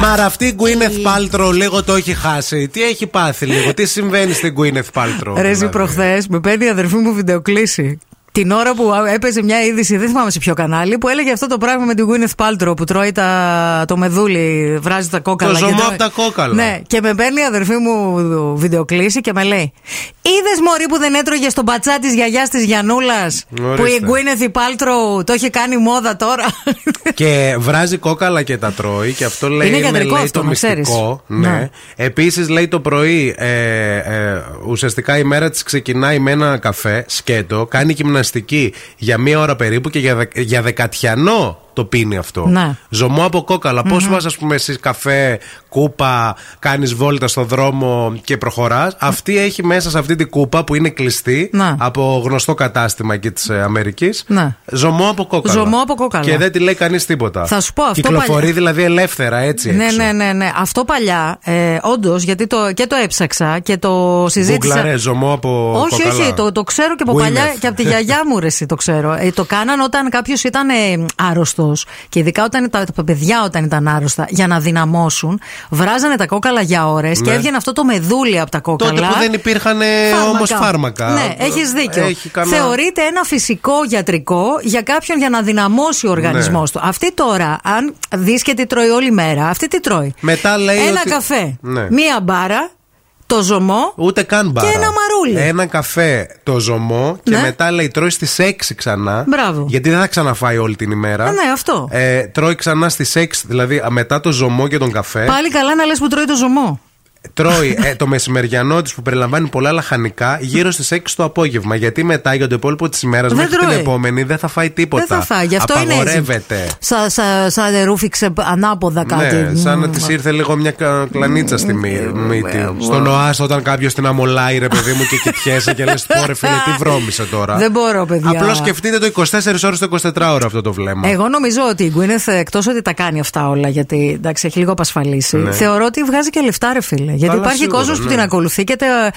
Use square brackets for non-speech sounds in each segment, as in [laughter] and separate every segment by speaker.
Speaker 1: Μαρα αυτή η Γκουίνεθ Πάλτρο λίγο το έχει χάσει. Τι έχει πάθει λίγο, τι συμβαίνει στην Γκουίνεθ Πάλτρο.
Speaker 2: Ρέζι δηλαδή. προχθές με παίρνει η αδερφή μου βιντεοκλήση την ώρα που έπαιζε μια είδηση, δεν θυμάμαι σε ποιο κανάλι, που έλεγε αυτό το πράγμα με την Gwyneth Πάλτρο που τρώει τα, το μεδούλι, βράζει τα κόκαλα.
Speaker 1: Το ζωμό από τα κόκαλα.
Speaker 2: Ναι, και με παίρνει η αδερφή μου βιντεοκλήση και με λέει: Είδες μωρή που δεν έτρωγε στον πατσά της γιαγιάς της Γιανούλα, που η Gwyneth η Πάλτρο το έχει κάνει μόδα τώρα.
Speaker 1: Και βράζει κόκαλα και τα τρώει, και αυτό λέει:
Speaker 2: Είναι γιατρικό
Speaker 1: λέει,
Speaker 2: αυτό,
Speaker 1: το μυστικό. Ναι. ναι. Επίσης λέει το πρωί, ε, ε, ε, ουσιαστικά η μέρα της ξεκινάει με ένα καφέ σκέτο, κάνει γυμναστική για μία ώρα περίπου και για, δε, για δεκατιανό το πίνει αυτό.
Speaker 2: Να.
Speaker 1: Ζωμό από κόκαλα. Mm-hmm. Πώ πα, ας πούμε, εσύ καφέ, κούπα, κάνεις βόλτα στο δρόμο και προχωράς. Mm-hmm. Αυτή έχει μέσα σε αυτή την κούπα που είναι κλειστή
Speaker 2: Να.
Speaker 1: από γνωστό κατάστημα εκεί της Αμερική. Ζωμό από κόκαλα.
Speaker 2: Ναι. Ζωμό από κόκαλα.
Speaker 1: Και δεν τη λέει κανείς τίποτα.
Speaker 2: Θα σου πω αυτό.
Speaker 1: Κυκλοφορεί
Speaker 2: παλιά...
Speaker 1: δηλαδή ελεύθερα έτσι.
Speaker 2: Ναι,
Speaker 1: έξω.
Speaker 2: ναι, ναι, ναι. Αυτό παλιά, ε, όντως, γιατί το, και το έψαξα και το συζήτησα.
Speaker 1: Γουγκλαρέ, ζωμό από
Speaker 2: όχι,
Speaker 1: κόκαλα.
Speaker 2: Όχι, όχι, το, το ξέρω και από Winnet. παλιά και από τη
Speaker 1: [laughs]
Speaker 2: γιαγιά μου ρεσί, το ξέρω. Ε, το κάναν όταν κάποιος ήταν άρρωστο και ειδικά όταν τα, τα παιδιά όταν ήταν άρρωστα για να δυναμώσουν, βράζανε τα κόκαλα για ώρες ναι. και έβγαινε αυτό το μεδούλι από τα κόκαλα.
Speaker 1: Τότε που δεν υπήρχαν όμως φάρμακα.
Speaker 2: Ναι, έχεις δίκιο. έχει δίκιο. Θεωρείται ένα φυσικό γιατρικό για κάποιον για να δυναμώσει ο οργανισμός ναι. του. Αυτή τώρα, αν δεις και τι τρώει όλη μέρα, αυτή τι τρώει.
Speaker 1: Μετά λέει
Speaker 2: ένα
Speaker 1: ότι...
Speaker 2: καφέ, ναι. μία μπάρα, το ζωμό.
Speaker 1: Ούτε καν μπάρα.
Speaker 2: Και ένα μαρούλι.
Speaker 1: Ένα καφέ το ζωμό και ναι. μετά λέει τρώει στις 6 ξανά.
Speaker 2: Μπράβο.
Speaker 1: Γιατί δεν θα ξαναφάει όλη την ημέρα.
Speaker 2: Α, ναι, αυτό.
Speaker 1: Ε, τρώει ξανά στις 6, δηλαδή μετά το ζωμό και τον καφέ.
Speaker 2: Πάλι καλά να λες που τρώει το ζωμό.
Speaker 1: Τρώει ε, το μεσημεριανό της που περιλαμβάνει πολλά λαχανικά γύρω στις 6 το απόγευμα. Γιατί μετά για το υπόλοιπο της ημέρας μέχρι
Speaker 2: τρώει.
Speaker 1: την επόμενη δεν θα φάει τίποτα.
Speaker 2: Δεν θα φάει, γι' αυτό
Speaker 1: Απαγορεύεται.
Speaker 2: είναι. Σαν σα, σα, ρούφιξε ανάποδα κάτι. Ε,
Speaker 1: Ναι, σαν να της ήρθε λίγο μια κλανίτσα στη μύτη. Στον ΟΑΣ όταν κάποιος την αμολάει, ρε παιδί μου, και κοιτιέσαι και λες πόρε φίλε, τι βρώμησε τώρα.
Speaker 2: Δεν μπορώ, παιδιά. Ε,
Speaker 1: Απλώς σκεφτείτε το 24 ώρες το 24ωρο αυτό το βλέμμα.
Speaker 2: Εγώ νομίζω ότι η Γκουίνεθ εκτός ότι τα κάνει αυτά όλα, γιατί εντάξει έχει λίγο απασφαλίσει.
Speaker 1: Ναι.
Speaker 2: Θεωρώ ότι βγάζει και λεφτά, ρε φίλε. Γιατί Καλά υπάρχει κόσμο ναι. που την ακολουθεί και, τα,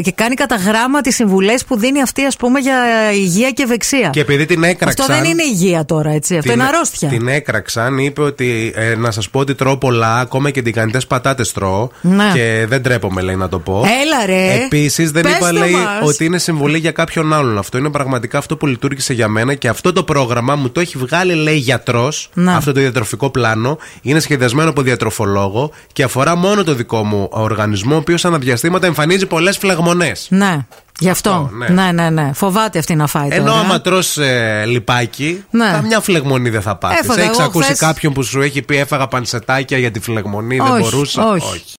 Speaker 2: και κάνει κατά γράμμα τις συμβουλές που δίνει αυτή, ας πούμε, για υγεία και ευεξία.
Speaker 1: Και επειδή την έκραξαν.
Speaker 2: Αυτό δεν είναι υγεία τώρα, έτσι. Αυτό
Speaker 1: την,
Speaker 2: είναι αρρώστια.
Speaker 1: Την έκραξαν, είπε ότι ε, να σας πω ότι τρώω πολλά, ακόμα και τικανιτέ πατάτες τρώω.
Speaker 2: Ναι.
Speaker 1: Και δεν τρέπομαι, λέει, να το πω.
Speaker 2: Έλα ρε.
Speaker 1: Επίσης, δεν
Speaker 2: Πες
Speaker 1: είπα,
Speaker 2: το
Speaker 1: λέει,
Speaker 2: μας.
Speaker 1: ότι είναι συμβουλή για κάποιον άλλον. Αυτό είναι πραγματικά αυτό που λειτουργήσε για μένα και αυτό το πρόγραμμα μου το έχει βγάλει, λέει, γιατρός.
Speaker 2: Ναι.
Speaker 1: Αυτό το διατροφικό πλάνο είναι σχεδιασμένο από διατροφολόγο και αφορά μόνο το δικό μου οργανισμό, ο οποίος αναδιαστήματα εμφανίζει πολλές φλεγμονές.
Speaker 2: Ναι. Γι' αυτό. αυτό ναι. ναι, ναι, ναι. Φοβάται αυτή να φάει.
Speaker 1: Ενώ
Speaker 2: τώρα.
Speaker 1: άμα τρώ ε, λιπάκι,
Speaker 2: ναι.
Speaker 1: καμιά φλεγμονή δεν θα πάθεις.
Speaker 2: Έχει
Speaker 1: ακούσει
Speaker 2: χθες...
Speaker 1: κάποιον που σου έχει πει έφαγα πανσετάκια για τη φλεγμονή,
Speaker 2: όχι,
Speaker 1: δεν μπορούσα.
Speaker 2: όχι. όχι.